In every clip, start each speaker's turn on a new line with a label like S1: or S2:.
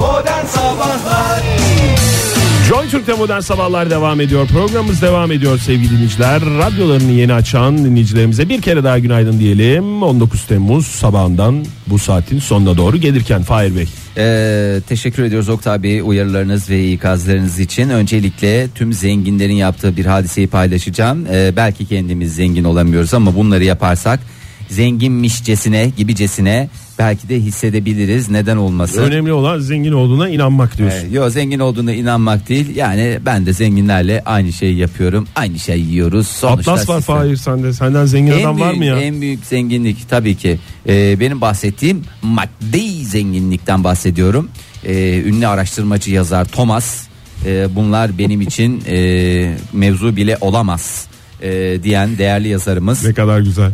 S1: Modern Sabahlar
S2: Joy Türk'te modern sabahlar devam ediyor. Programımız devam ediyor sevgili dinleyiciler. Radyolarını yeni açan dinleyicilerimize bir kere daha günaydın diyelim. 19 Temmuz sabahından bu saatin sonuna doğru gelirken Fahir Bey.
S3: Ee, teşekkür ediyoruz Oktay Bey uyarılarınız ve ikazlarınız için. Öncelikle tüm zenginlerin yaptığı bir hadiseyi paylaşacağım. Ee, belki kendimiz zengin olamıyoruz ama bunları yaparsak zenginmişcesine gibicesine belki de hissedebiliriz. Neden olmasın?
S2: Önemli olan zengin olduğuna inanmak diyorsun.
S3: Ee, Yo zengin olduğuna inanmak değil. Yani ben de zenginlerle aynı şeyi yapıyorum. Aynı şey yiyoruz. Sonuçta
S2: Atlas var
S3: sistem-
S2: Fahir sende. Senden zengin
S3: En
S2: adam
S3: büyük,
S2: var mı ya?
S3: en büyük zenginlik tabii ki Ee, benim bahsettiğim maddi zenginlikten bahsediyorum. Ee, ünlü araştırmacı yazar Thomas e, bunlar benim için e, mevzu bile olamaz e, diyen değerli yazarımız.
S2: Ne kadar güzel.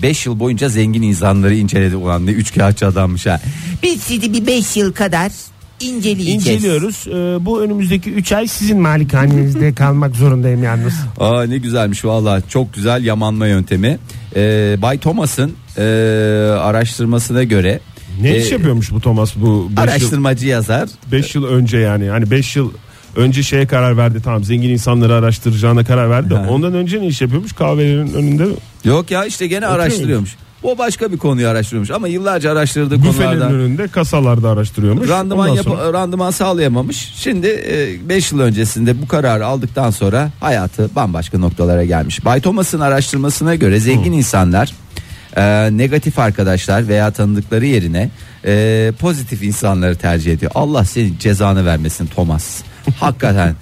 S3: E, 5 yıl boyunca zengin insanları inceledi ulan ne üç kağıtçı adammış ha. Biz sizi bir 5 yıl kadar inceleyeceğiz.
S4: İnceliyoruz.
S2: E,
S4: Ee, bu önümüzdeki 3 ay sizin malikanenizde kalmak zorundayım yalnız.
S3: Aa ne güzelmiş valla çok güzel yamanma yöntemi. Ee, Bay Thomas'ın e, araştırmasına göre
S2: ne
S3: e,
S2: iş yapıyormuş bu Thomas bu 5 yıl,
S3: araştırmacı yazar.
S2: beş yıl önce yani. Hani 5 yıl önce şeye karar verdi tamam zengin insanları araştıracağına karar verdi. de Ondan önce ne iş yapıyormuş kahvelerin önünde mi?
S3: Yok ya işte gene araştırıyormuş. O başka bir konuyu araştırıyormuş ama yıllarca araştırdığı
S2: Büfelerin
S3: konulardan
S2: önünde kasalarda araştırıyormuş.
S3: randıman
S2: Ondan
S3: yap-
S2: sonra-
S3: randıman sağlayamamış. Şimdi 5 yıl öncesinde bu kararı aldıktan sonra hayatı bambaşka noktalara gelmiş. Bay Thomas'ın araştırmasına göre zengin insanlar e, negatif arkadaşlar veya tanıdıkları yerine e, pozitif insanları tercih ediyor. Allah senin cezanı vermesin Thomas. Hakikaten.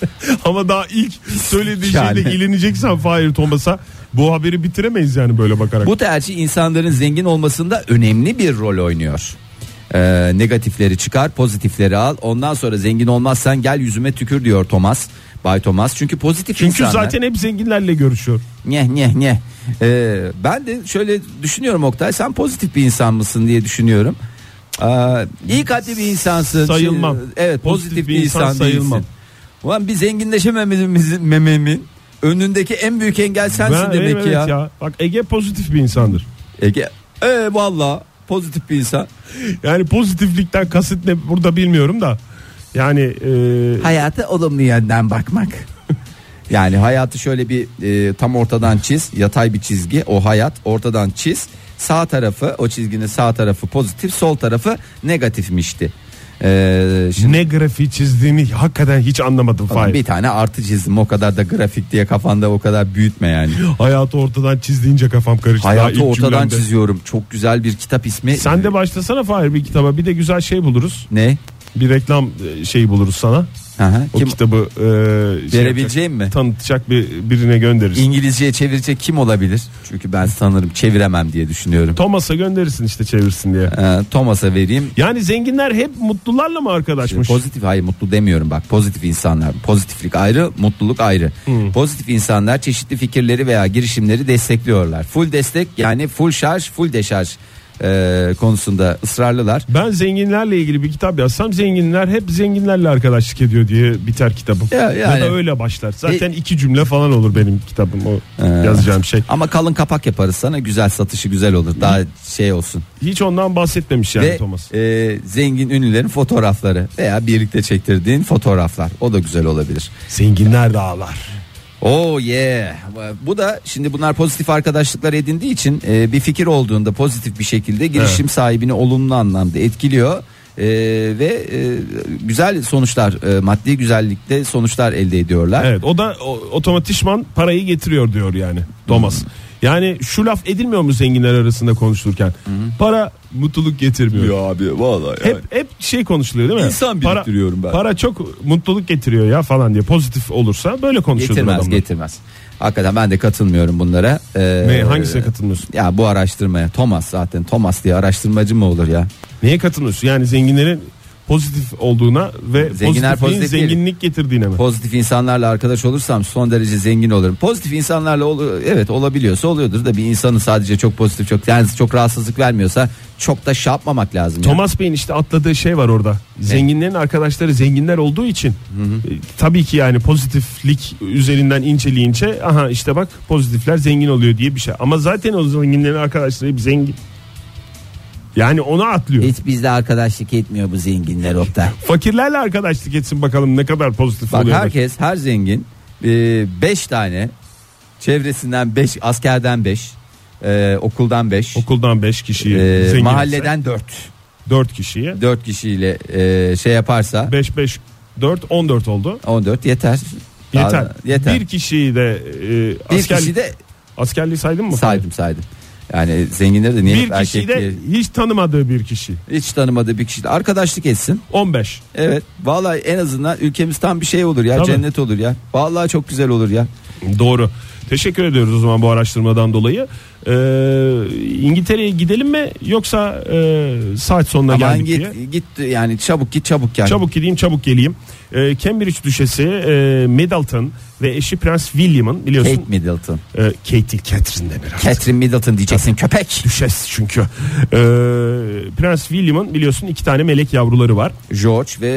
S2: Ama daha ilk söylediği
S3: Yani.
S2: şeyde ilineceksen Fahir Thomas'a bu haberi bitiremeyiz yani böyle bakarak.
S3: Bu tercih insanların zengin olmasında önemli bir rol oynuyor. Ee, negatifleri çıkar, pozitifleri al. Ondan sonra zengin olmazsan gel yüzüme tükür diyor Thomas. Bay Thomas. Çünkü pozitif
S2: Çünkü
S3: insanlar.
S2: zaten hep zenginlerle görüşüyor.
S3: Nyeh, nyeh, nyeh. Ee, ben de şöyle düşünüyorum Oktay sen pozitif bir insan mısın diye düşünüyorum. Ee, iyi kalpli bir insansın.
S2: Sayılmam.
S3: Evet pozitif, bir insan,
S2: sayılmam.
S3: sayılmam. Ulan bir zenginleşemememizin mememin önündeki en büyük engel sensin
S2: Ben-
S3: demek
S2: evet
S3: ki ya.
S2: Bak Ege pozitif bir insandır.
S3: Ege, ee, valla pozitif bir insan.
S2: Yani pozitiflikten kasıt ne burada bilmiyorum da. Yani e,
S3: Hayata olumlu yönden bakmak. Yani hayatı şöyle bir e, tam ortadan çiz, yatay bir çizgi. O hayat ortadan çiz. Sağ tarafı, o çizginin sağ tarafı pozitif, sol tarafı negatifmişti. Ee, şimdi
S2: ne grafiği çizdiğini hakikaten hiç anlamadım Fahir.
S3: bir tane artı çizdim. O kadar da grafik diye kafanda o kadar büyütme yani.
S2: Hayatı ortadan çizdiğince kafam karıştı. daha ilk
S3: Hayatı ortadan
S2: cümlemde.
S3: çiziyorum. Çok güzel bir kitap ismi.
S2: Sen de başlasana Fahir bir kitaba. Bir de güzel şey buluruz.
S3: ne?
S2: Bir reklam e, şeyi buluruz sana.
S3: Hı hı.
S2: O
S3: Kim
S2: kitabı e, şey yapacak,
S3: verebileceğim mi?
S2: tanıtacak bir birine göndeririz.
S3: İngilizceye çevirecek kim olabilir? Çünkü ben sanırım çeviremem diye düşünüyorum.
S2: Thomas'a gönderirsin işte çevirsin diye.
S3: Ee, Thomas'a vereyim.
S2: Yani zenginler hep mutlularla mı arkadaşmış?
S3: Pozitif hayır mutlu demiyorum bak pozitif insanlar pozitiflik ayrı mutluluk ayrı pozitif insanlar çeşitli fikirleri veya girişimleri destekliyorlar full destek yani full şarj full deşarj e, konusunda ısrarlılar
S2: ben zenginlerle ilgili bir kitap yazsam zenginler hep zenginlerle arkadaşlık ediyor diye biter kitabım.
S3: Ya- yani. E-
S2: da öyle başlar. Zaten iki cümle falan olur benim kitabım o yazacağım şey.
S3: ama kalın kapak yaparız sana güzel satışı güzel olur daha şey olsun
S2: Hiç ondan bahsetmemiş yani
S3: ve
S2: Thomas.
S3: e, zengin ünlülerin fotoğrafları veya birlikte çektirdiğin fotoğraflar o da güzel olabilir
S2: Zenginler de ağlar.
S3: Oh yeah. Bu da şimdi bunlar pozitif arkadaşlıklar edindiği için e, bir fikir olduğunda pozitif bir şekilde girişim sahibini olumlu anlamda etkiliyor. E, ve e, güzel sonuçlar e, maddi güzellikte sonuçlar elde ediyorlar.
S2: Evet o da o- otomatikman parayı getiriyor diyor yani Thomas. Yani şu laf edilmiyor mu zenginler arasında konuşulurken? Para mutluluk getirmiyor.
S3: abi vallahi
S2: Hep hep şey konuşuluyor değil mi?
S3: İnsan
S2: Para-
S3: biriktiriyorum ben.
S2: Para çok mutluluk getiriyor ya falan diye pozitif olursa böyle konuşulur
S3: getirmez
S2: adamlar.
S3: getirmez. Hakikaten ben de katılmıyorum bunlara. E,
S2: Ne, hangisine katılmıyorsun?
S3: Ya bu araştırmaya Thomas zaten Thomas diye araştırmacı mı olur ya?
S2: Neye katılmıyorsun? Yani zenginlerin pozitif olduğuna ve
S3: Zenginler
S2: pozitifliğin
S3: pozitif değil.
S2: zenginlik getirdiğine mi?
S3: Pozitif insanlarla arkadaş olursam son derece zengin olurum. Pozitif insanlarla ol- evet olabiliyorsa oluyordur da bir insanı sadece çok pozitif çok yani çok rahatsızlık vermiyorsa çok da şey yapmamak lazım. yani.
S2: Thomas Bey'in işte atladığı şey var orada. Zenginlerin arkadaşları zenginler olduğu için e, tabii ki yani pozitiflik üzerinden inceleyince aha işte bak pozitifler zengin oluyor diye bir şey. Ama zaten o zenginlerin arkadaşları hep zengin. Yani onu atlıyor.
S3: Hiç bizle arkadaşlık etmiyor bu zenginler Oktay.
S2: Fakirlerle arkadaşlık etsin bakalım ne kadar pozitif
S3: Bak
S2: oluyor.
S3: herkes her zengin 5 tane çevresinden 5 askerden 5 okuldan 5
S2: Okuldan 5 kişiyi, zengin
S3: E, mahalleden 4
S2: 4 kişiye.
S3: 4 kişiyle e, şey yaparsa
S2: 5 5 4 14 oldu.
S3: 14 yeter. Daha-
S2: Yeter.
S3: yeter.
S2: Bir kişiyi de e,
S3: Bir,
S2: asker,
S3: kişi de
S2: askerliği saydın mı?
S3: saydım saydım. Yani zenginleri de niye hep
S2: Bir
S3: erkek
S2: kişiyi de
S3: diye-
S2: hiç tanımadığı bir kişi.
S3: hiç tanımadığı bir kişi de arkadaşlık etsin.
S2: 15.
S3: Evet. Vallahi en azından ülkemiz tam bir şey olur ya.
S2: Tabii.
S3: Cennet olur ya. Vallahi çok güzel olur ya.
S2: Doğru. Teşekkür ediyoruz o zaman bu araştırmadan dolayı. Ee, İngiltere'ye gidelim mi yoksa e, saat sonuna
S3: Aman
S2: geldik
S3: git
S2: diye.
S3: git yani çabuk git çabuk gel.
S2: Çabuk gideyim çabuk geleyim. Ee, Cambridge düşesi e, Middleton ve eşi Prens William'ın biliyorsun.
S3: Kate Middleton.
S2: e, Kate değil Catherine denir artık.
S3: Catherine Middleton diyeceksin köpek.
S2: Düşes çünkü. Ee, Prens William'ın biliyorsun iki tane melek yavruları var.
S3: George ve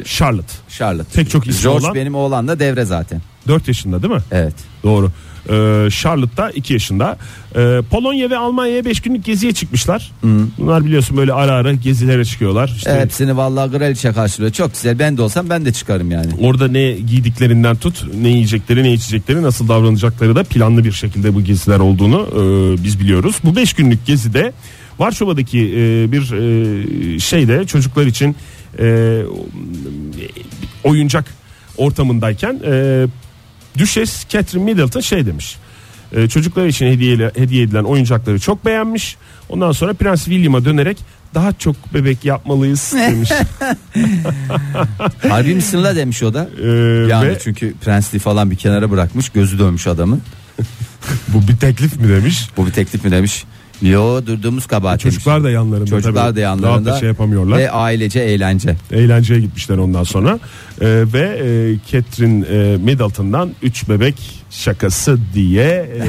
S3: e,
S2: Charlotte.
S3: Charlotte.
S2: Tek çok ismi
S3: George
S2: olan.
S3: benim oğlanla devre zaten.
S2: 4 yaşında değil mi?
S3: Evet.
S2: Doğru. Ee, Charlotte da 2 yaşında. Ee, Polonya ve Almanya'ya 5 günlük geziye çıkmışlar. Bunlar biliyorsun böyle ara ara gezilere çıkıyorlar. İşte
S3: Hepsini vallahi kraliçe karşılıyor. Çok güzel. Ben de olsam ben de çıkarım yani.
S2: Orada ne giydiklerinden tut, ne yiyecekleri, ne içecekleri, nasıl davranacakları da planlı bir şekilde bu geziler olduğunu e, biz biliyoruz. Bu 5 günlük gezide Varşova'daki e, bir e, şeyde çocuklar için e, oyuncak ortamındayken e, Düşes Catherine Middleton şey demiş. E, çocuklar için hediye, hediye edilen oyuncakları çok beğenmiş. Ondan sonra Prens William'a dönerek daha çok bebek yapmalıyız demiş.
S3: Harbi misin la demiş o da.
S2: E,
S3: Yani
S2: ve
S3: çünkü prensli falan bir kenara bırakmış. Gözü dönmüş adamın.
S2: bu bir teklif mi demiş?
S3: Bu bir teklif mi demiş. Yo durduğumuz kabahat demiş.
S2: Çocuklar da yanlarında.
S3: Çocuklar
S2: tabii.
S3: da
S2: Rahat
S3: yanlarında
S2: da şey yapamıyorlar.
S3: ve ailece eğlence.
S2: Eğlenceye gitmişler ondan sonra. Ee, ve e, Catherine e, Middleton'dan 3 bebek şakası diye e,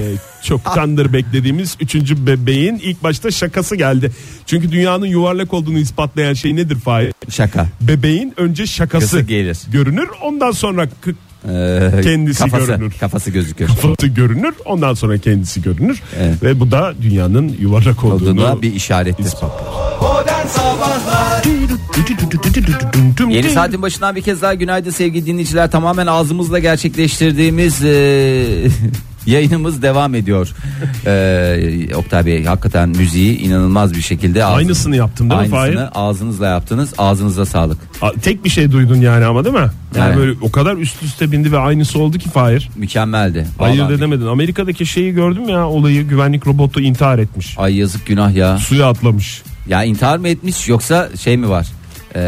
S2: çoktandır beklediğimiz 3. bebeğin ilk başta şakası geldi. Çünkü dünyanın yuvarlak olduğunu ispatlayan şey nedir Fahir?
S3: Şaka.
S2: Bebeğin önce şakası
S3: Kası gelir.
S2: görünür ondan sonra kı-
S3: Ee,
S2: Kendisi
S3: kafası,
S2: görünür.
S3: Kafası gözüküyor.
S2: fıtı görünür ondan sonra kendisi görünür.
S3: Evet.
S2: Ve bu da dünyanın yuvarlak olduğunu
S3: Olduğuna bir işarettir. Yeni saatin başından bir kez daha günaydın sevgili dinleyiciler. Tamamen ağzımızla gerçekleştirdiğimiz eee, yayınımız devam ediyor. Eee Oktay Bey hakikaten müziği inanılmaz bir şekilde ağzınız-
S2: Aynısını yaptım değil mi Fahir?
S3: Aynısını ağzınızla yaptınız. Ağzınıza sağlık.
S2: A- Tek bir şey duydun yani ama değil mi? Yani
S3: Evet.
S2: böyle o kadar üst üste bindi ve aynısı oldu ki Fahir.
S3: Mükemmeldi.
S2: Hayır
S3: Vallahi.
S2: edemedin. Amerika'daki şeyi gördüm ya olayı güvenlik robotu intihar etmiş.
S3: Ay yazık günah ya.
S2: Suya atlamış.
S3: Ya intihar mı etmiş yoksa şey mi var? Eee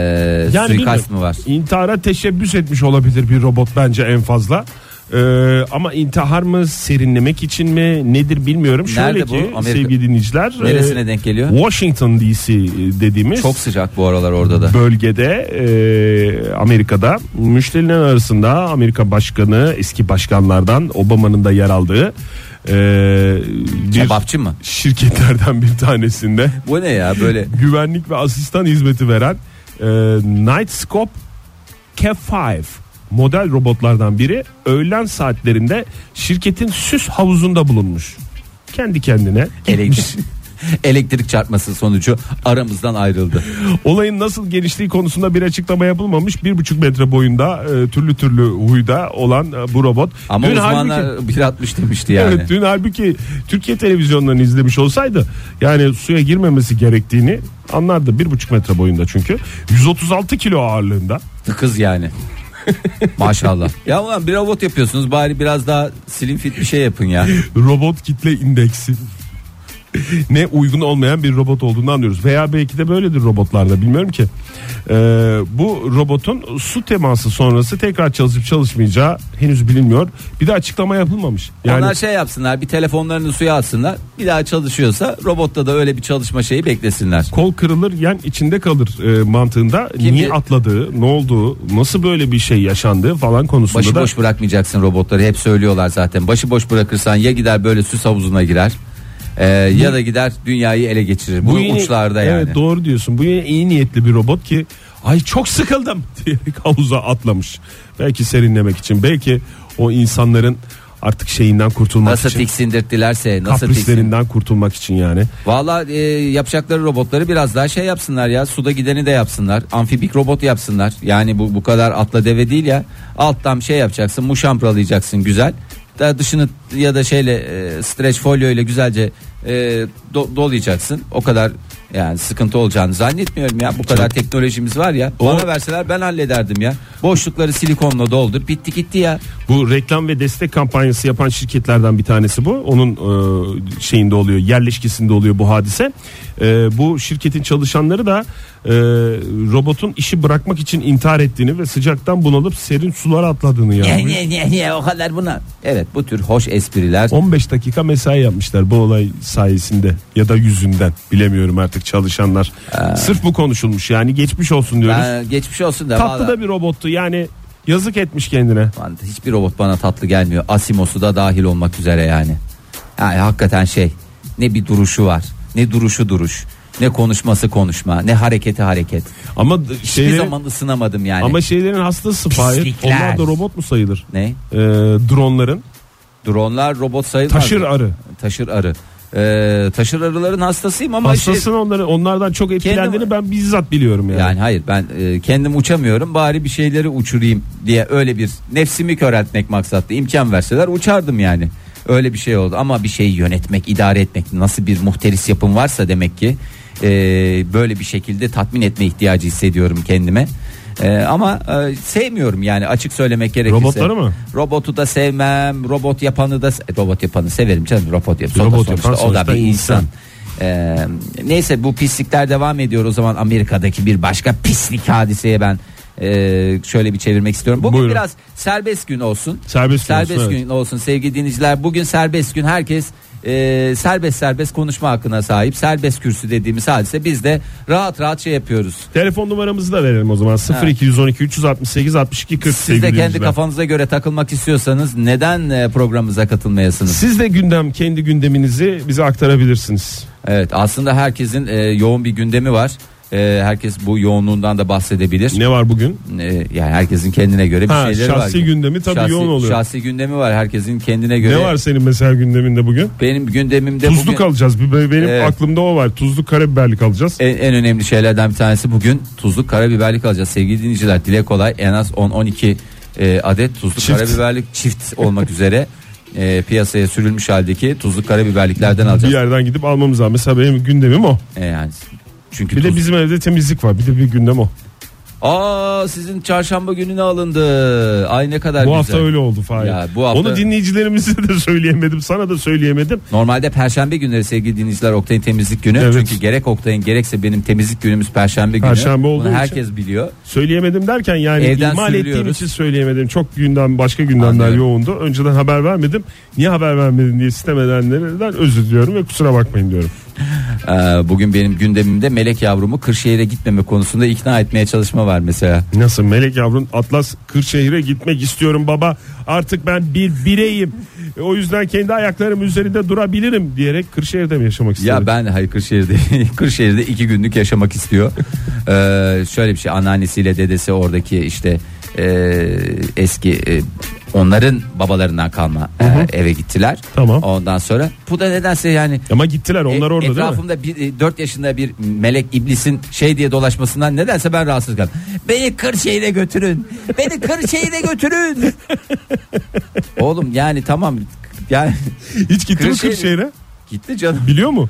S2: Yani
S3: suikast
S2: bilmiyorum.
S3: mı var?
S2: İntihara teşebbüs etmiş olabilir bir robot bence en fazla. Ee, ama intihar mı serinlemek için mi nedir bilmiyorum. Şöyle
S3: Nerede bu?
S2: ki
S3: Amerika-
S2: sevgili dinleyiciler.
S3: Neresine
S2: e,
S3: denk geliyor?
S2: Washington DC dediğimiz.
S3: Çok sıcak bu aralar orada da.
S2: bölgede e, Amerika'da müşteriler arasında Amerika Başkanı eski başkanlardan Obama'nın da yer aldığı e, bir
S3: Kebapçı mı?
S2: şirketlerden bir tanesinde
S3: Bu ne ya böyle?
S2: güvenlik ve asistan hizmeti veren e, Nightscope K5 model robotlardan biri öğlen saatlerinde şirketin süs havuzunda bulunmuş. Kendi kendine
S3: Elektrik, elektrik çarpması sonucu aramızdan ayrıldı.
S2: Olayın nasıl geliştiği konusunda bir açıklama yapılmamış. Bir buçuk metre boyunda e, türlü türlü huyda olan e, bu robot.
S3: Ama uzmanlar
S2: halbuki,
S3: 1.60 demişti yani.
S2: Evet, dün halbuki Türkiye televizyonlarını izlemiş olsaydı yani suya girmemesi gerektiğini anlardı. Bir buçuk metre boyunda çünkü. 136 kilo ağırlığında.
S3: Kız yani. Maşallah. Ya ulan bir robot yapıyorsunuz bari biraz daha slim fit bir şey yapın ya.
S2: Robot kitle indeksi. ne uygun olmayan bir robot olduğunu anlıyoruz. Veya belki de böyledir robotlarda bilmiyorum ki. Ee, bu robotun su teması sonrası tekrar çalışıp çalışmayacağı henüz bilinmiyor. Bir de açıklama yapılmamış. Yani
S3: Onlar şey yapsınlar bir telefonlarını suya atsınlar. Bir daha çalışıyorsa robotta da öyle bir çalışma şeyi beklesinler.
S2: kol kırılır yen içinde kalır e, mantığında
S3: Kim
S2: niye
S3: bilir?
S2: atladığı, ne olduğu, nasıl böyle bir şey yaşandığı falan konusunda da
S3: Başıboş bırakmayacaksın robotları hep söylüyorlar zaten. Başıboş bırakırsan ya gider böyle süs havuzuna girer. e, ya da gider dünyayı ele geçirir. Bunun
S2: yine-
S3: uçlarda yani.
S2: Evet doğru diyorsun. Bu yine iyi niyetli bir robot ki ay çok sıkıldım diyerek havuza atlamış. Belki serinlemek için belki o insanların artık şeyinden kurtulmak
S3: Nasıl
S2: için.
S3: tiksindirttilerse nasıl tiksin.
S2: kaprislerinden kurtulmak için yani.
S3: Valla e, yapacakları robotları biraz daha şey yapsınlar ya suda gideni de yapsınlar amfibik robot yapsınlar yani bu bu kadar atla deve değil ya alttan şey yapacaksın muşampralayacaksın güzel da dışını ya da şeyle e, streç folyo ile güzelce e, do- dolayacaksın o kadar yani sıkıntı olacağını zannetmiyorum ya bu kadar teknolojimiz var ya
S2: O-
S3: bana verseler ben hallederdim ya boşlukları silikonla doldur bitti gitti ya
S2: Bu reklam ve destek kampanyası yapan şirketlerden bir tanesi bu. Onun e, şeyinde oluyor, yerleşkesinde oluyor bu hadise. E, bu şirketin çalışanları da e, robotun işi bırakmak için intihar ettiğini ve sıcaktan bunalıp serin sulara atladığını
S3: niye
S2: yani.
S3: niye niye niye o kadar buna evet bu tür hoş espriler
S2: 15 dakika mesai yapmışlar bu olay sayesinde ya da yüzünden bilemiyorum artık çalışanlar. Sırf bu konuşulmuş yani geçmiş olsun diyoruz.
S3: Ee. Ben geçmiş olsun da
S2: Tatlı
S3: vallahi-
S2: da bir robottu yani yazık etmiş kendine.
S3: Lan Hiçbir robot bana tatlı gelmiyor. Asimos'u da dahil olmak üzere yani. Yani hakikaten şey ne bir duruşu var ne duruşu duruş ne konuşması konuşma ne hareketi hareket.
S2: Ama
S3: Hiçbir
S2: şeyleri,
S3: zaman ısınamadım yani.
S2: ama şeylerin hastası Fahir.
S3: Pislikler.
S2: Onlar da robot mu sayılır?
S3: Ne?
S2: Ee, dronların
S3: Dronlar robot sayılmaz.
S2: taşır
S3: mı?
S2: arı.
S3: Taşır arı. Ee, taşır arıların hastasıyım ama şey,
S2: Hastasının onları onlardan çok etkilendiğini
S3: Kendim-
S2: ben bizzat biliyorum yani.
S3: yani hayır ben e, kendim uçamıyorum bari bir şeyleri uçurayım diye öyle bir nefsimi köreltmek maksatlı imkan verseler uçardım yani. Öyle bir şey oldu ama bir şeyi yönetmek idare etmek nasıl bir muhteris yapım varsa demek ki e, böyle bir şekilde tatmin etme ihtiyacı hissediyorum kendime. E, ama e, sevmiyorum yani açık söylemek gerekirse.
S2: Robotları mı?
S3: Robotu da sevmem, robot yapanı da se- robot yapanı severim canım robot yap.
S2: Robot
S3: Robot
S2: yapan
S3: o da
S2: sonuçta
S3: bir
S2: insan.
S3: insan. Ee, neyse bu pislikler devam ediyor o zaman Amerika'daki bir başka pislik hadiseye ben e, şöyle bir çevirmek istiyorum. Bugün
S2: Buyurun.
S3: biraz serbest gün olsun.
S2: Serbest gün
S3: serbest
S2: olsun,
S3: gün
S2: evet.
S3: olsun sevgili dinleyiciler. Bugün serbest gün herkes e, serbest serbest konuşma hakkına sahip. Serbest kürsü dediğimiz hadise biz de rahat rahat şey yapıyoruz.
S2: Telefon numaramızı da verelim o zaman. 0212 368 62 40
S3: Siz de
S2: sevgili
S3: kendi
S2: dinleyiciler.
S3: kafanıza göre takılmak istiyorsanız neden e, programımıza katılmayasınız?
S2: Siz de gündem kendi gündeminizi bize aktarabilirsiniz.
S3: Evet aslında herkesin e, yoğun bir gündemi var. E, herkes bu yoğunluğundan da bahsedebilir.
S2: Ne var bugün?
S3: E, yani herkesin kendine göre bir
S2: Ha,
S3: şeyleri var.
S2: şahsi gündemi tabii
S3: Şahsi-
S2: yoğun oluyor.
S3: Şahsi gündemi var herkesin kendine göre.
S2: Ne var senin mesela gündeminde bugün?
S3: Benim gündemimde
S2: Tuzluk
S3: bugün
S2: alacağız. Bir- Benim
S3: Evet. E-
S2: aklımda o var. Tuzluk karabiberlik alacağız.
S3: en, en önemli şeylerden bir tanesi bugün tuzluk karabiberlik alacağız. Sevgili dinleyiciler dile kolay en az 10-12 e, adet tuzluk
S2: Çift.
S3: karabiberlik çift olmak üzere e, piyasaya sürülmüş haldeki tuzluk karabiberliklerden
S2: bir
S3: alacağız.
S2: yerden gidip almamız lazım. Mesela benim gündemim o.
S3: E, yani çünkü
S2: Bir de
S3: tuz-
S2: bizim evde temizlik var. Bir de bir gündem o.
S3: Aa sizin çarşamba gününe alındı. Ay ne kadar
S2: Bu
S3: güzel.
S2: hafta öyle oldu Fahir.
S3: Ya bu hafta-
S2: Onu dinleyicilerimize de söyleyemedim. Sana da söyleyemedim.
S3: Normalde perşembe günleri sevgili dinleyiciler Oktay'ın temizlik günü.
S2: Evet.
S3: Çünkü gerek Oktay'ın gerekse benim temizlik günümüz perşembe günü.
S2: Perşembe olduğu
S3: Bunu
S2: için.
S3: herkes biliyor.
S2: Söyleyemedim derken yani
S3: Evden
S2: ihmal ettiğim
S3: sürülüyoruz.
S2: için söyleyemedim. Çok gündem başka gündemler
S3: Anlıyorum.
S2: yoğundu. Önceden haber vermedim. Niye haber vermedin diye sitem edenlerden özür diliyorum ve kusura bakmayın diyorum.
S3: Ee, bugün benim gündemimde melek yavrumu Kırşehir'e gitmeme konusunda ikna etmeye çalışma var mesela.
S2: Nasıl Melek yavrun Atlas Kırşehir'e gitmek istiyorum baba. Artık ben bir bireyim. E, O yüzden kendi ayaklarım üzerinde durabilirim diyerek Kırşehir'de mi yaşamak istiyorum?
S3: Ya ben hayır Kırşehir'de Kırşehir'de iki günlük yaşamak istiyor. Ee, şöyle bir şey anneannesiyle dedesi oradaki işte e, eski e, onların babalarından kalma e, eve gittiler.
S2: Tamam.
S3: Ondan sonra bu da nedense yani
S2: Ama gittiler onlar
S3: e-
S2: orada değil mi?
S3: etrafımda bir, 4 yaşında bir melek iblisin şey diye dolaşmasından nedense ben rahatsız kaldım. Beni Kırşehir'e götürün. Beni Kırşehir'e götürün. Oğlum yani tamam yani
S2: Hiç gitti mi
S3: Kırşehir-
S2: Kırşehir'e?
S3: gitti canım.
S2: Biliyor mu?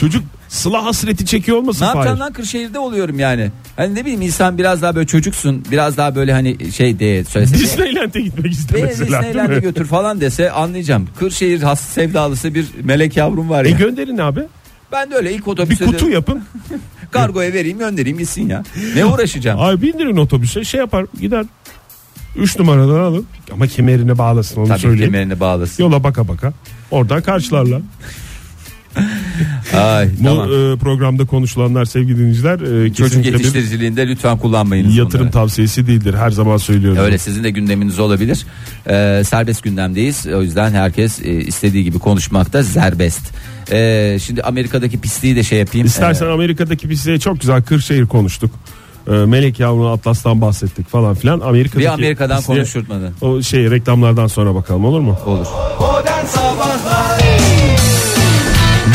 S2: Çocuk sıla hasreti çekiyor olmasın
S3: Ne
S2: Fahir?
S3: yapacağım lan Kırşehir'de oluyorum yani. Hani ne bileyim insan biraz daha böyle çocuksun. Biraz daha böyle hani şey de söylese.
S2: Disneyland'e gitmek
S3: Beni
S2: istemesi lazım.
S3: Disneyland'e götür falan dese anlayacağım. Kırşehir has sevdalısı bir melek yavrum var
S2: E
S3: ya.
S2: gönderin abi.
S3: ben de öyle ilk
S2: Bir
S3: otobüse de
S2: kutu yapın.
S3: kargoya vereyim göndereyim gitsin ya. Ne uğraşacağım?
S2: Abi bindirin otobüse şey yapar gider. 3 numaradan alın. Ama kemerine bağlasın onu
S3: Tabii
S2: söyleyeyim.
S3: kemerini bağlasın.
S2: Yola baka baka. Oradan karşılarlar.
S3: Ay,
S2: Bu
S3: tamam.
S2: e, programda konuşulanlar sevgili dinleyiciler e,
S3: Çocuk
S2: kesinlikle bir
S3: yetiştiriciliğinde lütfen kullanmayınız
S2: yatırım
S3: bunları.
S2: tavsiyesi değildir. Her zaman söylüyorum.
S3: Öyle sizin de gündeminiz olabilir. Ee, serbest gündemdeyiz. O yüzden herkes e, istediği gibi konuşmakta serbest. Ee, şimdi Amerika'daki pisliği de şey yapayım.
S2: İstersen
S3: Ee,
S2: Amerika'daki bir size çok güzel Kırşehir konuştuk. e, melek yavrunu Atlas'tan bahsettik falan filan. Amerika'daki
S3: Bir Amerika'dan
S2: size-
S3: konuşturtmadı.
S2: O şey reklamlardan sonra bakalım olur mu?
S3: Olur.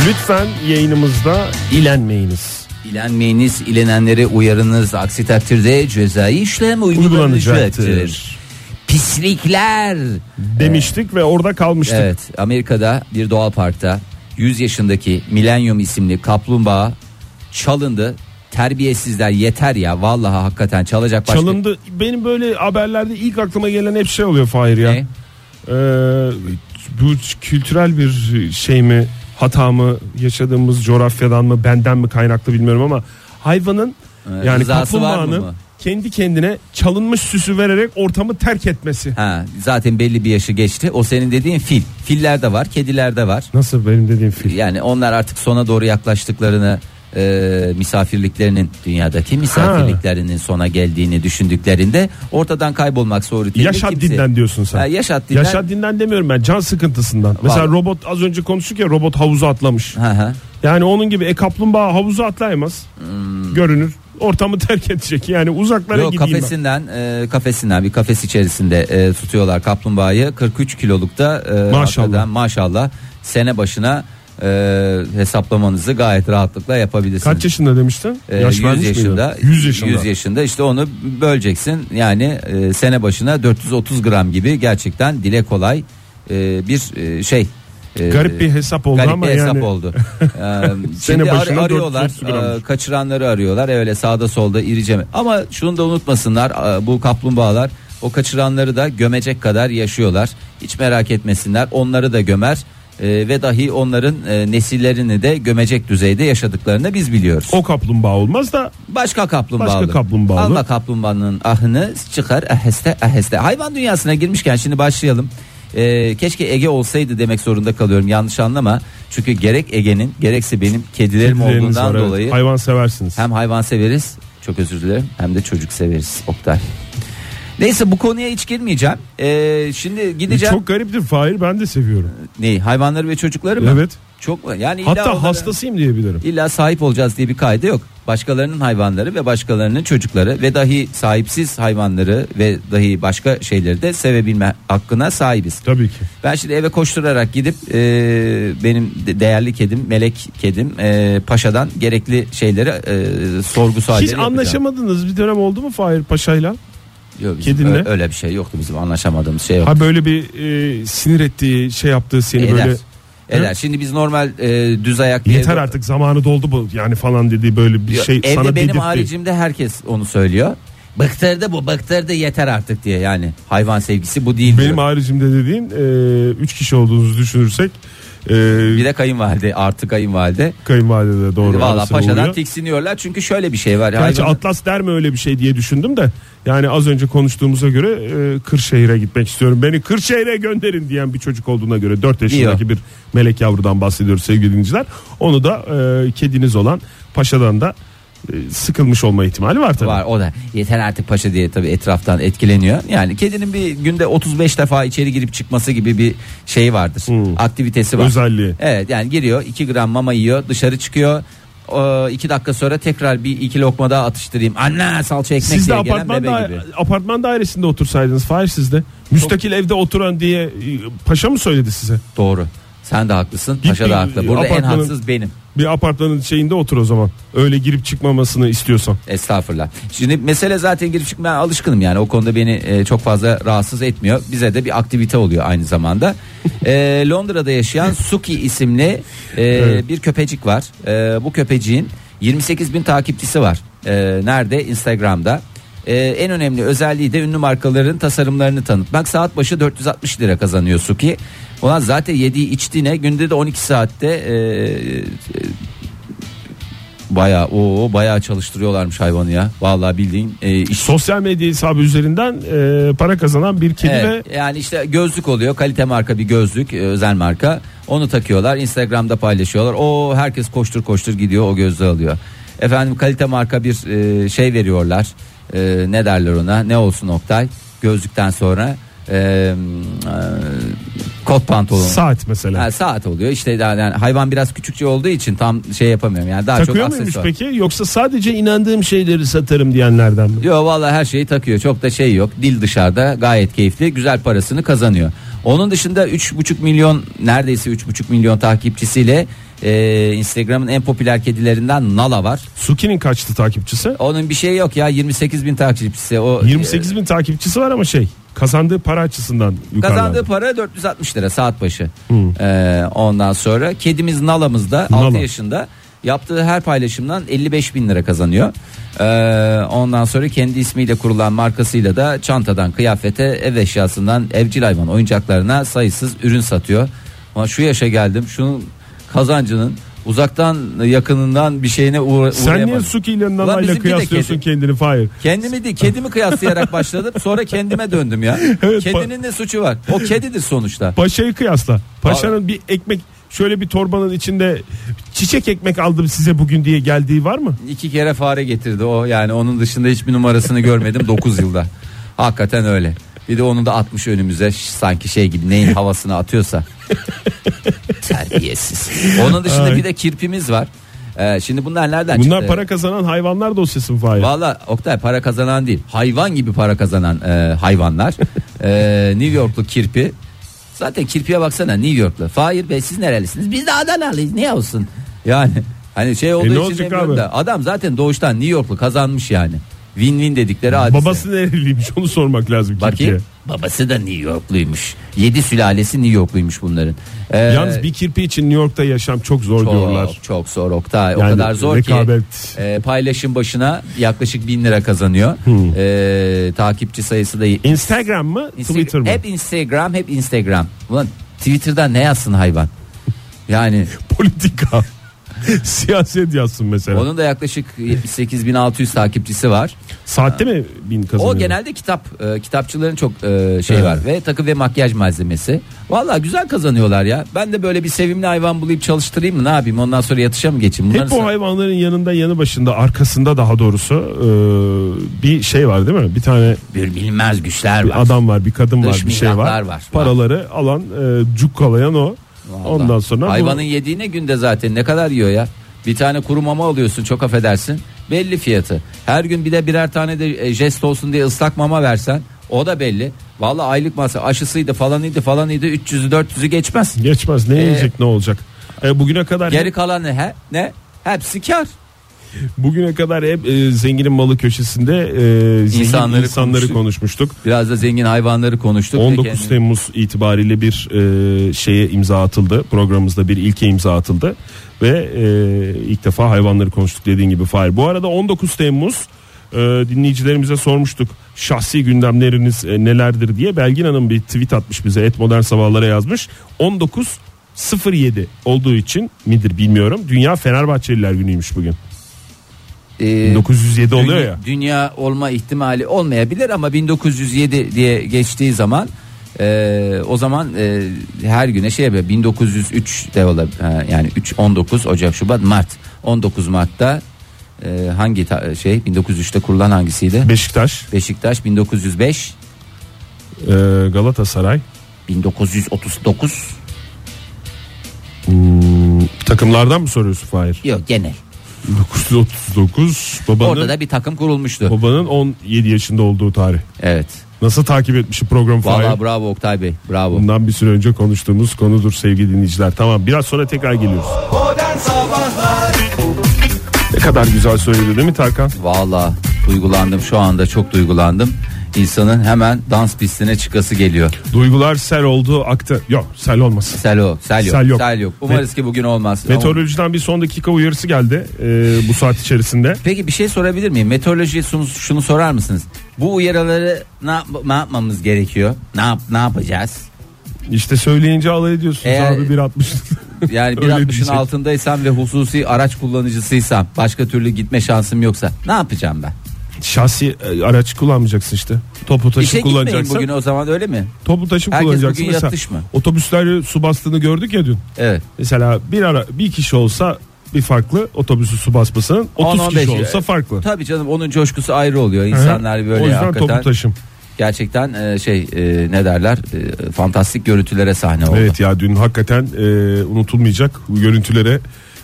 S2: Lütfen yayınımızda ilenmeyiniz.
S3: İlenmeyiniz, ilenenleri uyarınız. Aksi takdirde cezai işlem
S2: Uygulanacaktır.
S3: uygulanacaktır. Pislikler.
S2: Demiştik ve orada kalmıştık.
S3: Evet Amerika'da bir doğal parkta 100 yaşındaki Millennium isimli kaplumbağa çalındı. Terbiyesizler yeter ya vallahi hakikaten çalacak başka.
S2: Çalındı. Benim böyle haberlerde ilk aklıma gelen hep şey oluyor Fahir ya.
S3: Ne?
S2: Ee, bu kültürel bir şey mi hata mı yaşadığımız coğrafyadan mı benden mi kaynaklı bilmiyorum ama hayvanın
S3: Ee,
S2: yani
S3: rızası var mı
S2: kaplumbağanın
S3: mı?
S2: kendi kendine çalınmış süsü vererek ortamı terk etmesi.
S3: Ha, zaten belli bir yaşı geçti. O senin dediğin fil. Filler de var, kediler de var.
S2: Nasıl benim dediğim film?
S3: Yani onlar artık sona doğru yaklaştıklarını e, misafirliklerinin dünyadaki misafirliklerinin sona geldiğini düşündüklerinde ortadan kaybolmak suretiyle
S2: Yaş
S3: kimse-
S2: haddinden diyorsun sen.
S3: Ha, yaş haddinden-
S2: Yaş haddinden demiyorum ben can sıkıntısından. Mesela
S3: Vallahi.
S2: robot az önce konuştuk ya robot havuza atlamış.
S3: Ha, ha.
S2: Yani onun gibi e kaplumbağa havuza atlayamaz. Görünür. Ortamı terk edecek. Yani uzaklara
S3: Hmm. Yok
S2: gideyim ben.
S3: kafesinden e, kafesinden bir kafes içerisinde e, tutuyorlar kaplumbağayı 43 kilolukta e,
S2: Maşallah.
S3: hakikaten maşallah sene başına e, hesaplamanızı gayet rahatlıkla yapabilirsiniz.
S2: Kaç yaşında demiştin?
S3: E,
S2: Yaş
S3: 100
S2: vermiş miydin?
S3: yaşında,
S2: 100 yaşında.
S3: 100 yaşında işte onu böleceksin yani e, sene başına 430 gram gibi gerçekten dile kolay e, bir e, şey e,
S2: Garip bir hesap oldu
S3: Garip
S2: ama
S3: bir hesap
S2: yani.
S3: oldu. Ee, şimdi ar-
S2: başına
S3: arıyorlar,
S2: 430 gram.
S3: e, kaçıranları arıyorlar. Öyle sağda solda iriceme. Ama şunu da unutmasınlar. e, Bu kaplumbağalar o kaçıranları da gömecek kadar yaşıyorlar. Hiç merak etmesinler. Onları da gömer e, ve dahi onların e, nesillerini de gömecek düzeyde yaşadıklarını biz biliyoruz.
S2: O kaplumbağa olmaz da
S3: Başka kaplumbağa.
S2: Başka
S3: olur.
S2: kaplumbağa olur.
S3: Allah kaplumbağanın ahını çıkar aheste aheste. Hayvan dünyasına girmişken şimdi başlayalım. Ee, keşke Ege olsaydı demek zorunda kalıyorum yanlış anlama. Çünkü gerek Ege'nin gerekse benim kedilerim
S2: kedileriniz
S3: olduğundan
S2: var, evet.
S3: dolayı
S2: hayvan seversiniz. E,
S3: hem hayvan severiz çok özür dilerim hem de çocuk severiz Oktay. Neyse bu konuya hiç girmeyeceğim. Ee, şimdi gideceğim.
S2: Çok gariptir Fahir ben de seviyorum.
S3: Neyi hayvanları ve çocukları mı?
S2: Evet.
S3: Çok mu? Yani illa
S2: Hatta
S3: onları-
S2: hastasıyım diyebilirim.
S3: İlla sahip olacağız diye bir kaide yok. Başkalarının hayvanları ve başkalarının çocukları ve dahi sahipsiz hayvanları ve dahi başka şeyleri de sevebilme hakkına sahibiz.
S2: Tabii ki.
S3: Ben şimdi eve koşturarak gidip e, benim de- değerli kedim, melek kedim e, paşadan gerekli şeyleri e, sorgu sualleri
S2: Hiç anlaşamadınız bir dönem oldu mu Fahir Paşa'yla?
S3: Yok, bizim
S2: kedinle.
S3: ö- Öyle bir şey yoktu bizim anlaşamadığımız şey yok.
S2: Ha böyle bir e, sinir ettiği şey yaptığı seni
S3: Eder.
S2: böyle
S3: Eder. Şimdi biz normal e, düz ayak bir
S2: yeter
S3: evde-
S2: artık zamanı doldu bu yani falan dediği böyle bir
S3: Yok,
S2: şey
S3: evde
S2: sana
S3: benim
S2: dedirtti.
S3: haricimde herkes onu söylüyor. Bıktırdı bu bıktırdı yeter artık diye yani hayvan sevgisi bu değil.
S2: Benim
S3: diyor.
S2: haricimde dediğin 3 kişi olduğunuzu düşünürsek e,
S3: bir de kayınvalide artı kayınvalide.
S2: kayınvalide doğru.
S3: Valla
S2: arasına
S3: paşadan
S2: uğruyor.
S3: tiksiniyorlar çünkü şöyle bir şey var.
S2: Gerçi
S3: Hayvan-
S2: Atlas der mi öyle bir şey diye düşündüm de yani az önce konuştuğumuza göre e, Kırşehir'e gitmek istiyorum. Beni Kırşehir'e gönderin diyen bir çocuk olduğuna göre 4 yaşındaki
S3: Diyor.
S2: bir melek yavrudan bahsediyoruz sevgili dinleyiciler. Onu da e, kediniz olan Paşa'dan da e, sıkılmış olma ihtimali var tabii.
S3: var o da yeter artık paşa diye tabii etraftan etkileniyor. Yani kedinin bir günde 35 defa içeri girip çıkması gibi bir şey vardır.
S2: Hmm.
S3: Aktivitesi var.
S2: Özelliği.
S3: Evet yani giriyor 2 gram mama yiyor dışarı çıkıyor. 2 dakika sonra tekrar bir iki lokma daha atıştırayım. Anne salça ekmek
S2: Siz de
S3: diye gelen
S2: apartman,
S3: bebe
S2: da,
S3: gibi.
S2: apartman dairesinde otursaydınız Fahir sizde. Müstakil evde oturan diye e, paşa mı söyledi size?
S3: Doğru. Sen de haklısın.
S2: Git
S3: Paşa
S2: bir
S3: da haklı. Burada en
S2: apartmanın-
S3: haksız benim.
S2: Bir apartmanın şeyinde otur o zaman. Öyle girip çıkmamasını istiyorsan.
S3: Estağfurullah. Şimdi mesele zaten girip çıkmaya alışkınım yani. O konuda beni e, çok fazla rahatsız etmiyor. Bize de bir aktivite oluyor aynı zamanda. E, Londra'da yaşayan Suki isimli e,
S2: Evet.
S3: bir köpecik var. E, bu köpeciğin 28 bin takipçisi var. E, nerede? Instagram'da. E, en önemli özelliği de ünlü markaların tasarımlarını tanıtmak. Saat başı 460 lira kazanıyor Suki. Ulan zaten yediği içtiğine günde de 12 saatte e, Bayağı o bayağı çalıştırıyorlarmış hayvanı ya. Vallahi bildiğin e, iş.
S2: Sosyal medya hesabı üzerinden e, para kazanan bir kedi
S3: Evet, yani işte gözlük oluyor. Kalite marka bir gözlük, e, özel marka. Onu takıyorlar, Instagram'da paylaşıyorlar. O herkes koştur koştur gidiyor o gözlüğü alıyor. Efendim kalite marka bir e, şey veriyorlar. E, ne derler ona? Ne olsun Oktay? Gözlükten sonra e, e, Kot pantolonu.
S2: Saat mesela.
S3: Ha, saat oluyor işte daha- yani hayvan biraz küçükçe olduğu için tam şey yapamıyorum yani daha
S2: Takıyor
S3: çok
S2: muymuş
S3: aksesuar.
S2: peki yoksa sadece inandığım şeyleri satarım diyenlerden mi?
S3: Yo vallahi her şeyi takıyor. Çok da şey yok. Dil dışarıda gayet keyifli. Güzel parasını kazanıyor. Onun dışında 3,5 milyon neredeyse 3,5 milyon takipçisiyle e, Instagram'ın en popüler kedilerinden Nala var.
S2: Suki'nin kaçtı takipçisi?
S3: Onun bir şey yok ya 28 bin takipçisi. O e,
S2: 28 bin takipçisi var ama şey kazandığı para açısından
S3: e,
S2: yukarıda.
S3: kazandığı para 460 lira saat başı. E, ondan sonra kedimiz Nala'mız da
S2: Nala.
S3: 6 yaşında. Yaptığı her paylaşımdan 55 bin lira kazanıyor. E, ondan sonra kendi ismiyle kurulan markasıyla da çantadan kıyafete, ev eşyasından evcil hayvan oyuncaklarına sayısız ürün satıyor. Ama şu yaşa geldim. Şunun kazancının uzaktan yakınından bir şeyine uğra-
S2: Sen niye
S3: uğrayamadım.
S2: Suki ile
S3: Ulan
S2: Nana'yla
S3: bizimki de
S2: kıyaslıyorsun
S3: kedi.
S2: kendini Fahir?
S3: Kendimi değil kedimi kıyaslayarak başladım sonra kendime döndüm ya.
S2: Evet,
S3: Kedinin ne suçu var? O kedidir sonuçta.
S2: Paşa'yı kıyasla. Paşa'nın bir ekmek şöyle bir torbanın içinde çiçek ekmek aldım size bugün diye geldiği var mı?
S3: İki kere fare getirdi o yani onun dışında hiçbir numarasını görmedim 9 yılda. Hakikaten öyle. Bir de onu da atmış önümüze Ş- sanki şey gibi neyin havasını atıyorsa. Terbiyesiz. Onun dışında
S2: Ay.
S3: bir de kirpimiz var. Ee, şimdi bunlar nereden çıktı?
S2: Bunlar para kazanan hayvanlar dosyası mı Fahir?
S3: Valla Oktay para kazanan değil hayvan gibi para kazanan e, hayvanlar E, New Yorklu kirpi zaten kirpiye baksana New Yorklu Fahir Bey siz nerelisiniz biz de Adanalıyız ne olsun yani hani şey
S2: E, ne
S3: olduğu için
S2: olacak
S3: demiyorum
S2: abi?
S3: da adam zaten doğuştan New Yorklu kazanmış yani win win dedikleri hadise.
S2: Babası nereliymiş onu sormak lazım
S3: Bakayım
S2: kirpiye.
S3: babası da New Yorkluymuş yedi sülalesi New Yorkluymuş bunların E,
S2: Yalnız bir kirpi için New York'ta yaşam çok zor diyorlar.
S3: çok, çok zor Oktay
S2: Yani
S3: o kadar zor
S2: rekabet.
S3: ki e, paylaşım başına yaklaşık bin lira kazanıyor
S2: Hmm.
S3: E, takipçi sayısı da
S2: Instagram mı
S3: Insta-
S2: Twitter mı?
S3: Hep Instagram hep Instagram. Ulan Twitter'dan ne yazsın hayvan? Yani
S2: Politika. Siyaset yazsın mesela.
S3: onun da yaklaşık 78.600 takipçi var.
S2: Saatte mi bin kazanıyor?
S3: O genelde kitap e, kitapçıların çok e, şey
S2: Evet.
S3: var ve takı ve makyaj malzemesi. Vallahi güzel kazanıyorlar ya. Ben de böyle bir sevimli hayvan bulayım çalıştırayım mı ne yapayım? Ondan sonra yatışa mı geçeyim?
S2: Hep bu
S3: sa-
S2: hayvanların yanında yanı başında arkasında daha doğrusu e, bir şey var değil mi? Bir tane
S3: bir bilmez güçler var.
S2: bir adam var bir kadın var
S3: Dış
S2: bir şey var.
S3: mihraklar var.
S2: Paraları alan e, cukkalayan o.
S3: Vallahi.
S2: Ondan sonra bu-
S3: hayvanın yediğine günde zaten ne kadar yiyor ya? Bir tane kuru mama alıyorsun çok affedersin. Belli fiyatı. Her gün bir de birer tane de e, jest olsun diye ıslak mama versen o da belli. Vallahi aylık masa aşısıydı falanıydı falanıydı 300'ü 400'ü geçmez.
S2: geçmez ne
S3: Ee,
S2: yiyecek ne olacak? E, bugüne kadar
S3: Geri kalan ne? He, ne? Hepsi kar.
S2: bugüne kadar hep e, zenginin malı köşesinde e, zengin insanları,
S3: İnsanları konuştuk.
S2: konuşmuştuk.
S3: Biraz da zengin hayvanları konuştuk. ve
S2: 19
S3: kendini-
S2: Temmuz itibariyle bir e, şeye imza atıldı. Programımızda bir ilke imza atıldı. Ve e, ilk defa hayvanları konuştuk dediğin gibi Fahir. Bu arada 19 Temmuz e, dinleyicilerimize sormuştuk. Şahsi gündemleriniz e, nelerdir diye. Belgin Hanım bir tweet atmış bize. Et Modern Sabahlara yazmış. 19 07 olduğu için midir bilmiyorum. Dünya Fenerbahçeliler günüymüş bugün.
S3: Ee,
S2: 1907 oluyor
S3: Dünya-
S2: ya.
S3: Dünya olma ihtimali olmayabilir ama 1907 diye geçtiği zaman e, o zaman e, her güne şey yapıyor 1903 de olabilir yani 3 19 Ocak Şubat Mart 19 Mart'ta e, hangi ta- şey 1903'te kurulan hangisiydi?
S2: Beşiktaş,
S3: Beşiktaş 1905
S2: e, Galatasaray
S3: 1939
S2: takımlardan mı soruyorsun Fahir?
S3: yok genel.
S2: 1939 babanın
S3: Orada da bir takım kurulmuştu.
S2: Babanın 17 yaşında olduğu tarih.
S3: Evet.
S2: Nasıl takip etmişim program Fahir?
S3: Vallahi bravo Oktay Bey. Bravo.
S2: Bundan bir süre önce konuştuğumuz konudur sevgili dinleyiciler. Tamam biraz sonra tekrar geliyoruz. Ne kadar güzel söyledi değil mi Tarkan?
S3: Valla duygulandım şu anda çok duygulandım. İnsanın hemen dans pistine çıkası geliyor.
S2: Duygular sel oldu aktı. Yok sel olmasın.
S3: Sel o, sel yok.
S2: Sel
S3: Sel
S2: yok.
S3: yok. Umarız ki bugün olmaz. Ama-
S2: Meteorolojiden bir son dakika uyarısı geldi e, bu saat içerisinde.
S3: Peki bir şey sorabilir miyim? Meteoroloji şunu, şunu sorar mısınız? Bu uyarıları ne, yap- ne yapmamız gerekiyor? Ne yap, ne yapacağız?
S2: İşte söyleyince alay ediyorsunuz
S3: Eğer-
S2: abi 1.60.
S3: Yani
S2: Öyle
S3: 1.60'ın
S2: diyecek.
S3: altındaysam ve hususi araç kullanıcısyysam başka türlü gitme şansım yoksa ne yapacağım ben?
S2: Şahsi e, araç kullanmayacaksın işte. Topu
S3: İşe
S2: taşı
S3: gitmeyin
S2: kullanacaksın.
S3: bugün o zaman öyle mi?
S2: Topu taşı
S3: Herkes
S2: kullanacaksın.
S3: bugün
S2: Mesela
S3: yatış mı?
S2: Otobüsler su bastığını gördük ya dün.
S3: Evet.
S2: Mesela bir ara bir kişi olsa bir farklı otobüsü su basmasının 30 kişi
S3: 10-15
S2: olsa farklı.
S3: Tabii canım onun coşkusu ayrı oluyor. İnsanlar
S2: Hı hı.
S3: böyle
S2: o yüzden
S3: hakikaten.
S2: toplu taşım.
S3: gerçekten e, şey e, ne derler e, fantastik görüntülere sahne oldu.
S2: Evet ya dün hakikaten e, unutulmayacak görüntülere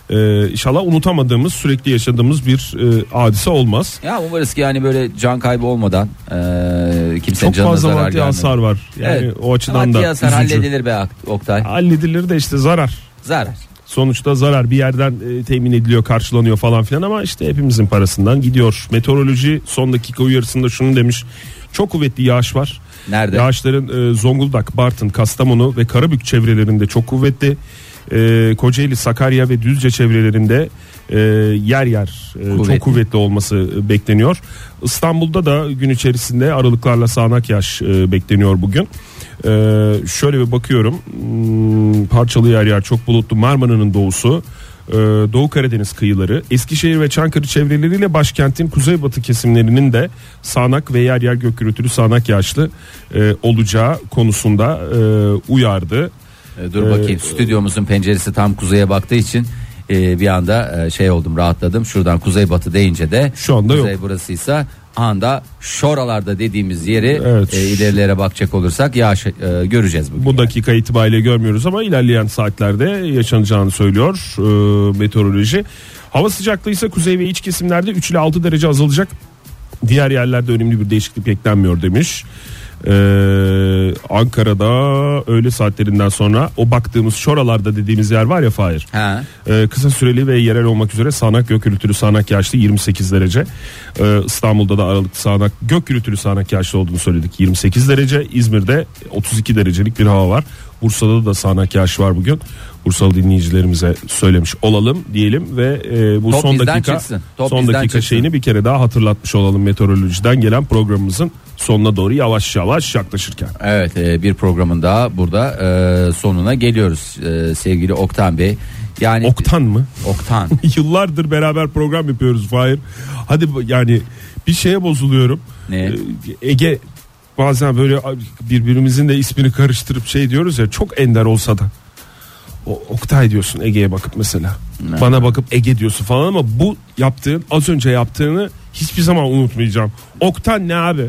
S2: e, inşallah unutamadığımız sürekli yaşadığımız bir e, hadise olmaz.
S3: Ya umarız ki yani böyle can kaybı olmadan e, kimsenin
S2: Çok
S3: canına
S2: fazla
S3: zarar
S2: maddi
S3: gelmedi.
S2: hasar var. Yani
S3: Evet.
S2: o açıdan
S3: maddi
S2: da
S3: hasar
S2: üzücü.
S3: halledilir be Ak- Oktay.
S2: Halledilir de işte zarar.
S3: Zarar.
S2: Sonuçta zarar bir yerden e, temin ediliyor, karşılanıyor falan filan ama işte hepimizin parasından gidiyor. Meteoroloji son dakika uyarısında şunu demiş. Çok kuvvetli yağış var.
S3: Nerede?
S2: Yağışların e, Zonguldak, Bartın, Kastamonu ve Karabük çevrelerinde çok kuvvetli. E, Kocaeli, Sakarya ve Düzce çevrelerinde e, yer yer e,
S3: Kuvvetli.
S2: çok kuvvetli olması e, bekleniyor. İstanbul'da da gün içerisinde aralıklarla sağanak yağış e, bekleniyor bugün. E, şöyle bir bakıyorum Hmm, parçalı yer yer çok bulutlu Marmara'nın doğusu. e, Doğu Karadeniz kıyıları, Eskişehir ve Çankırı çevreleriyle başkentin kuzeybatı kesimlerinin de sağanak ve yer yer gök gürültülü sağanak yağışlı e, olacağı konusunda e, uyardı.
S3: E, Dur bakayım stüdyomuzun penceresi tam kuzeye baktığı için e, bir anda e, şey oldum rahatladım. Şuradan kuzey batı deyince de
S2: Şu anda yok.
S3: kuzey burasıysa anda şoralarda dediğimiz yeri
S2: Evet.
S3: e, ilerilere bakacak olursak yağış e, göreceğiz bugün.
S2: Bu dakika itibariyle görmüyoruz ama ilerleyen saatlerde yaşanacağını söylüyor e, meteoroloji. Hava sıcaklığı ise kuzey ve iç kesimlerde 3 ile 6 derece azalacak. Diğer yerlerde önemli bir değişiklik beklenmiyor demiş. E, Ankara'da öğle saatlerinden sonra o baktığımız şoralarda dediğimiz yer var ya Fahir.
S3: Ha.
S2: Ee, kısa süreli ve yerel olmak üzere sağanak gök gürültülü sağanak yağışlı 28 derece. Ee, İstanbul'da da aralıklı sağanak gök gürültülü sağanak yağışlı olduğunu söyledik 28 derece. İzmir'de 32 derecelik bir hava var. Bursa'da da sağanak yağış var bugün. Bursalı dinleyicilerimize söylemiş olalım diyelim ve e, bu
S3: Top
S2: son
S3: bizden
S2: dakika
S3: çıksın. Top
S2: son
S3: bizden
S2: dakika
S3: çıksın.
S2: şeyini bir kere daha hatırlatmış olalım meteorolojiden gelen programımızın sonuna doğru yavaş yavaş yaklaşırken.
S3: Evet e, bir programın daha burada e, sonuna geliyoruz E, sevgili Oktan Bey. Yani
S2: Oktan mı?
S3: Oktan.
S2: Yıllardır beraber program yapıyoruz Fahir. Hadi bu- yani bir şeye bozuluyorum.
S3: Ne?
S2: Ee, Ege bazen böyle birbirimizin de ismini karıştırıp şey diyoruz ya çok ender olsa da. O, Oktay diyorsun Ege'ye bakıp mesela. Bana bakıp Ege diyorsun falan ama bu yaptığın az önce yaptığını hiçbir zaman unutmayacağım. Oktan ne abi?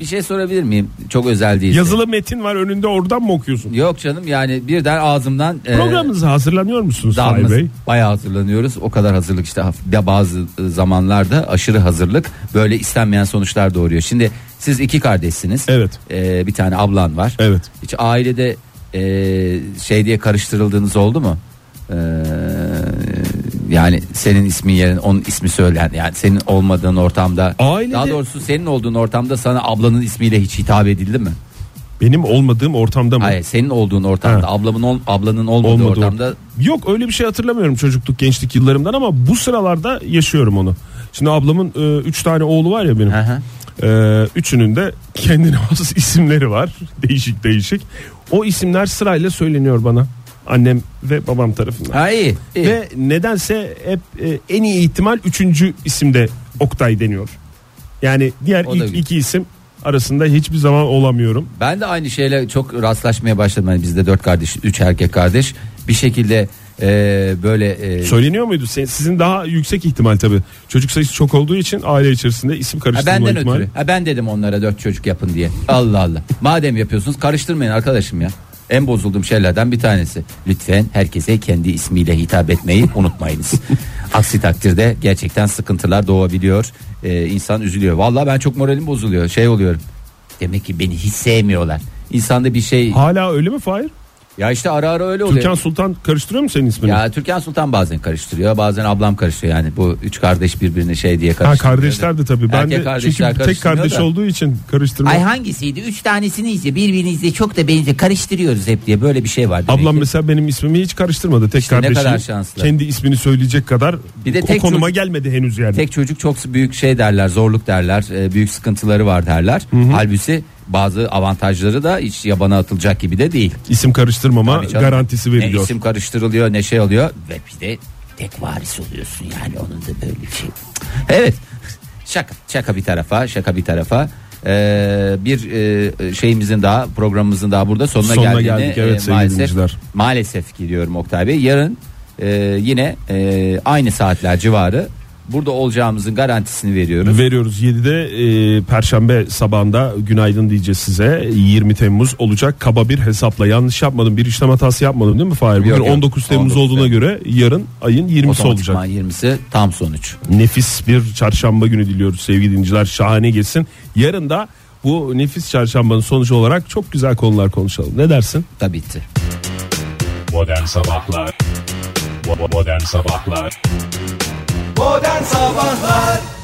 S3: bir şey sorabilir miyim? Çok özel değil.
S2: Yazılı metin var önünde oradan mı okuyorsun?
S3: Yok canım yani birden ağzımdan e,
S2: Programınıza hazırlanıyor musunuz Fahir
S3: Dağılmaz.
S2: Bey?
S3: Bayağı hazırlanıyoruz. O kadar hazırlık işte haf- ya bazı e, zamanlarda aşırı hazırlık böyle istenmeyen sonuçlar doğuruyor. Şimdi siz iki kardeşsiniz.
S2: Evet.
S3: Ee, bir tane ablan var.
S2: Evet.
S3: Hiç ailede e, şey diye karıştırıldığınız oldu mu? Ee, yani senin ismin yerine onun ismi söylen yani senin olmadığın ortamda
S2: Ailede-
S3: daha doğrusu senin olduğun ortamda sana ablanın ismiyle hiç hitap edildi mi?
S2: Benim olmadığım ortamda mı?
S3: Hayır senin olduğun ortamda
S2: Ha.
S3: ablamın ol- ablanın olmadığı
S2: Olmadı
S3: ortamda
S2: orada. Yok öyle bir şey hatırlamıyorum çocukluk gençlik yıllarımdan ama bu sıralarda yaşıyorum onu. Şimdi ablamın 3 tane oğlu var ya benim.
S3: Hı hı.
S2: E, üçünün de kendine has isimleri var. Değişik değişik. O isimler sırayla söyleniyor bana. Annem ve babam tarafından.
S3: Ha iyi. iyi.
S2: Ve nedense hep e, en iyi ihtimal üçüncü isimde Oktay deniyor. Yani diğer
S3: O da
S2: ilk
S3: bir-
S2: iki isim arasında hiçbir zaman olamıyorum.
S3: Ben de aynı şeyle çok rastlaşmaya başladım. Hani bizde dört kardeş, üç erkek kardeş. Bir şekilde e, böyle e,
S2: Söyleniyor muydu? Sen- Sizin daha yüksek ihtimal tabii. Çocuk sayısı çok olduğu için aile içerisinde isim
S3: ha,
S2: karıştırma
S3: benden
S2: ihtimali.
S3: ötürü. Ha, ben dedim onlara dört çocuk yapın diye. Allah Allah. Madem yapıyorsunuz karıştırmayın arkadaşım ya. En bozulduğum şeylerden bir tanesi. Lütfen herkese kendi ismiyle hitap etmeyi unutmayınız. Aksi takdirde gerçekten sıkıntılar doğabiliyor. E, insan üzülüyor. Vallahi ben çok moralim bozuluyor. Şey oluyorum. Demek ki beni hiç sevmiyorlar. İnsanda bir şey.
S2: Hala öyle mi Fahir?
S3: Ya işte ara ara öyle oluyor.
S2: Türkan Sultan karıştırıyor mu senin ismini?
S3: Ya Türkan Sultan bazen karıştırıyor, bazen ablam karıştırıyor yani bu üç kardeş birbirine şey diye
S2: ha
S3: karıştırıyor.
S2: kardeşler de tabii. Ben
S3: Erkek
S2: de
S3: kardeşler
S2: çünkü tek
S3: karıştırmıyor
S2: kardeş
S3: da.
S2: olduğu için karıştırma.
S3: Ay hangisiydi? Üç tanesini işte birbirinizle çok da benziyor. Karıştırıyoruz hep diye böyle bir şey var. demek
S2: Ablam
S3: ki.
S2: mesela benim ismimi hiç karıştırmadı. Tek
S3: İşte ne
S2: kardeşi
S3: kadar şanslı.
S2: kendi ismini söyleyecek kadar
S3: Bir de
S2: o
S3: tek
S2: konuma
S3: çocuk-
S2: gelmedi henüz yani.
S3: Tek çocuk çok büyük şey derler, zorluk derler, e, büyük sıkıntıları var derler. Halbuki bazı avantajları da hiç yabana atılacak gibi de değil.
S2: İsim karıştırmama
S3: Tabii canım.
S2: garantisi
S3: Ne
S2: veriliyor.
S3: isim karıştırılıyor, ne şey oluyor ve bir de tek varis oluyorsun yani onun da böyle bir şey. Evet. Şaka şaka bir tarafa, şaka bir tarafa. Ee, bir e, şeyimizin daha programımızın daha burada sonuna,
S2: Sonuna
S3: geldiğini
S2: geldik, evet sevgili
S3: maalesef
S2: dinleyiciler.
S3: maalesef gidiyorum Oktay Bey. Yarın e, yine e, aynı e, saatler civarı burada olacağımızın garantisini veriyoruz.
S2: Veriyoruz 7'de e, Perşembe sabahında günaydın diyeceğiz size 20 Temmuz olacak kaba bir hesapla yanlış yapmadım bir işlem hatası yapmadım değil mi Fahir? Bugün
S3: Yok, yok.
S2: 19 Temmuz
S3: 19
S2: olduğuna göre yarın ayın 20'si olacak.
S3: Otomatikman 20'si tam sonuç.
S2: Nefis bir çarşamba günü diliyoruz sevgili dinciler şahane geçsin. Yarın da bu nefis çarşambanın sonucu olarak çok güzel konular konuşalım ne dersin?
S3: Tabii ki.
S1: Modern Sabahlar Bo- bo- Modern Sabahlar
S5: Modern Sabahlar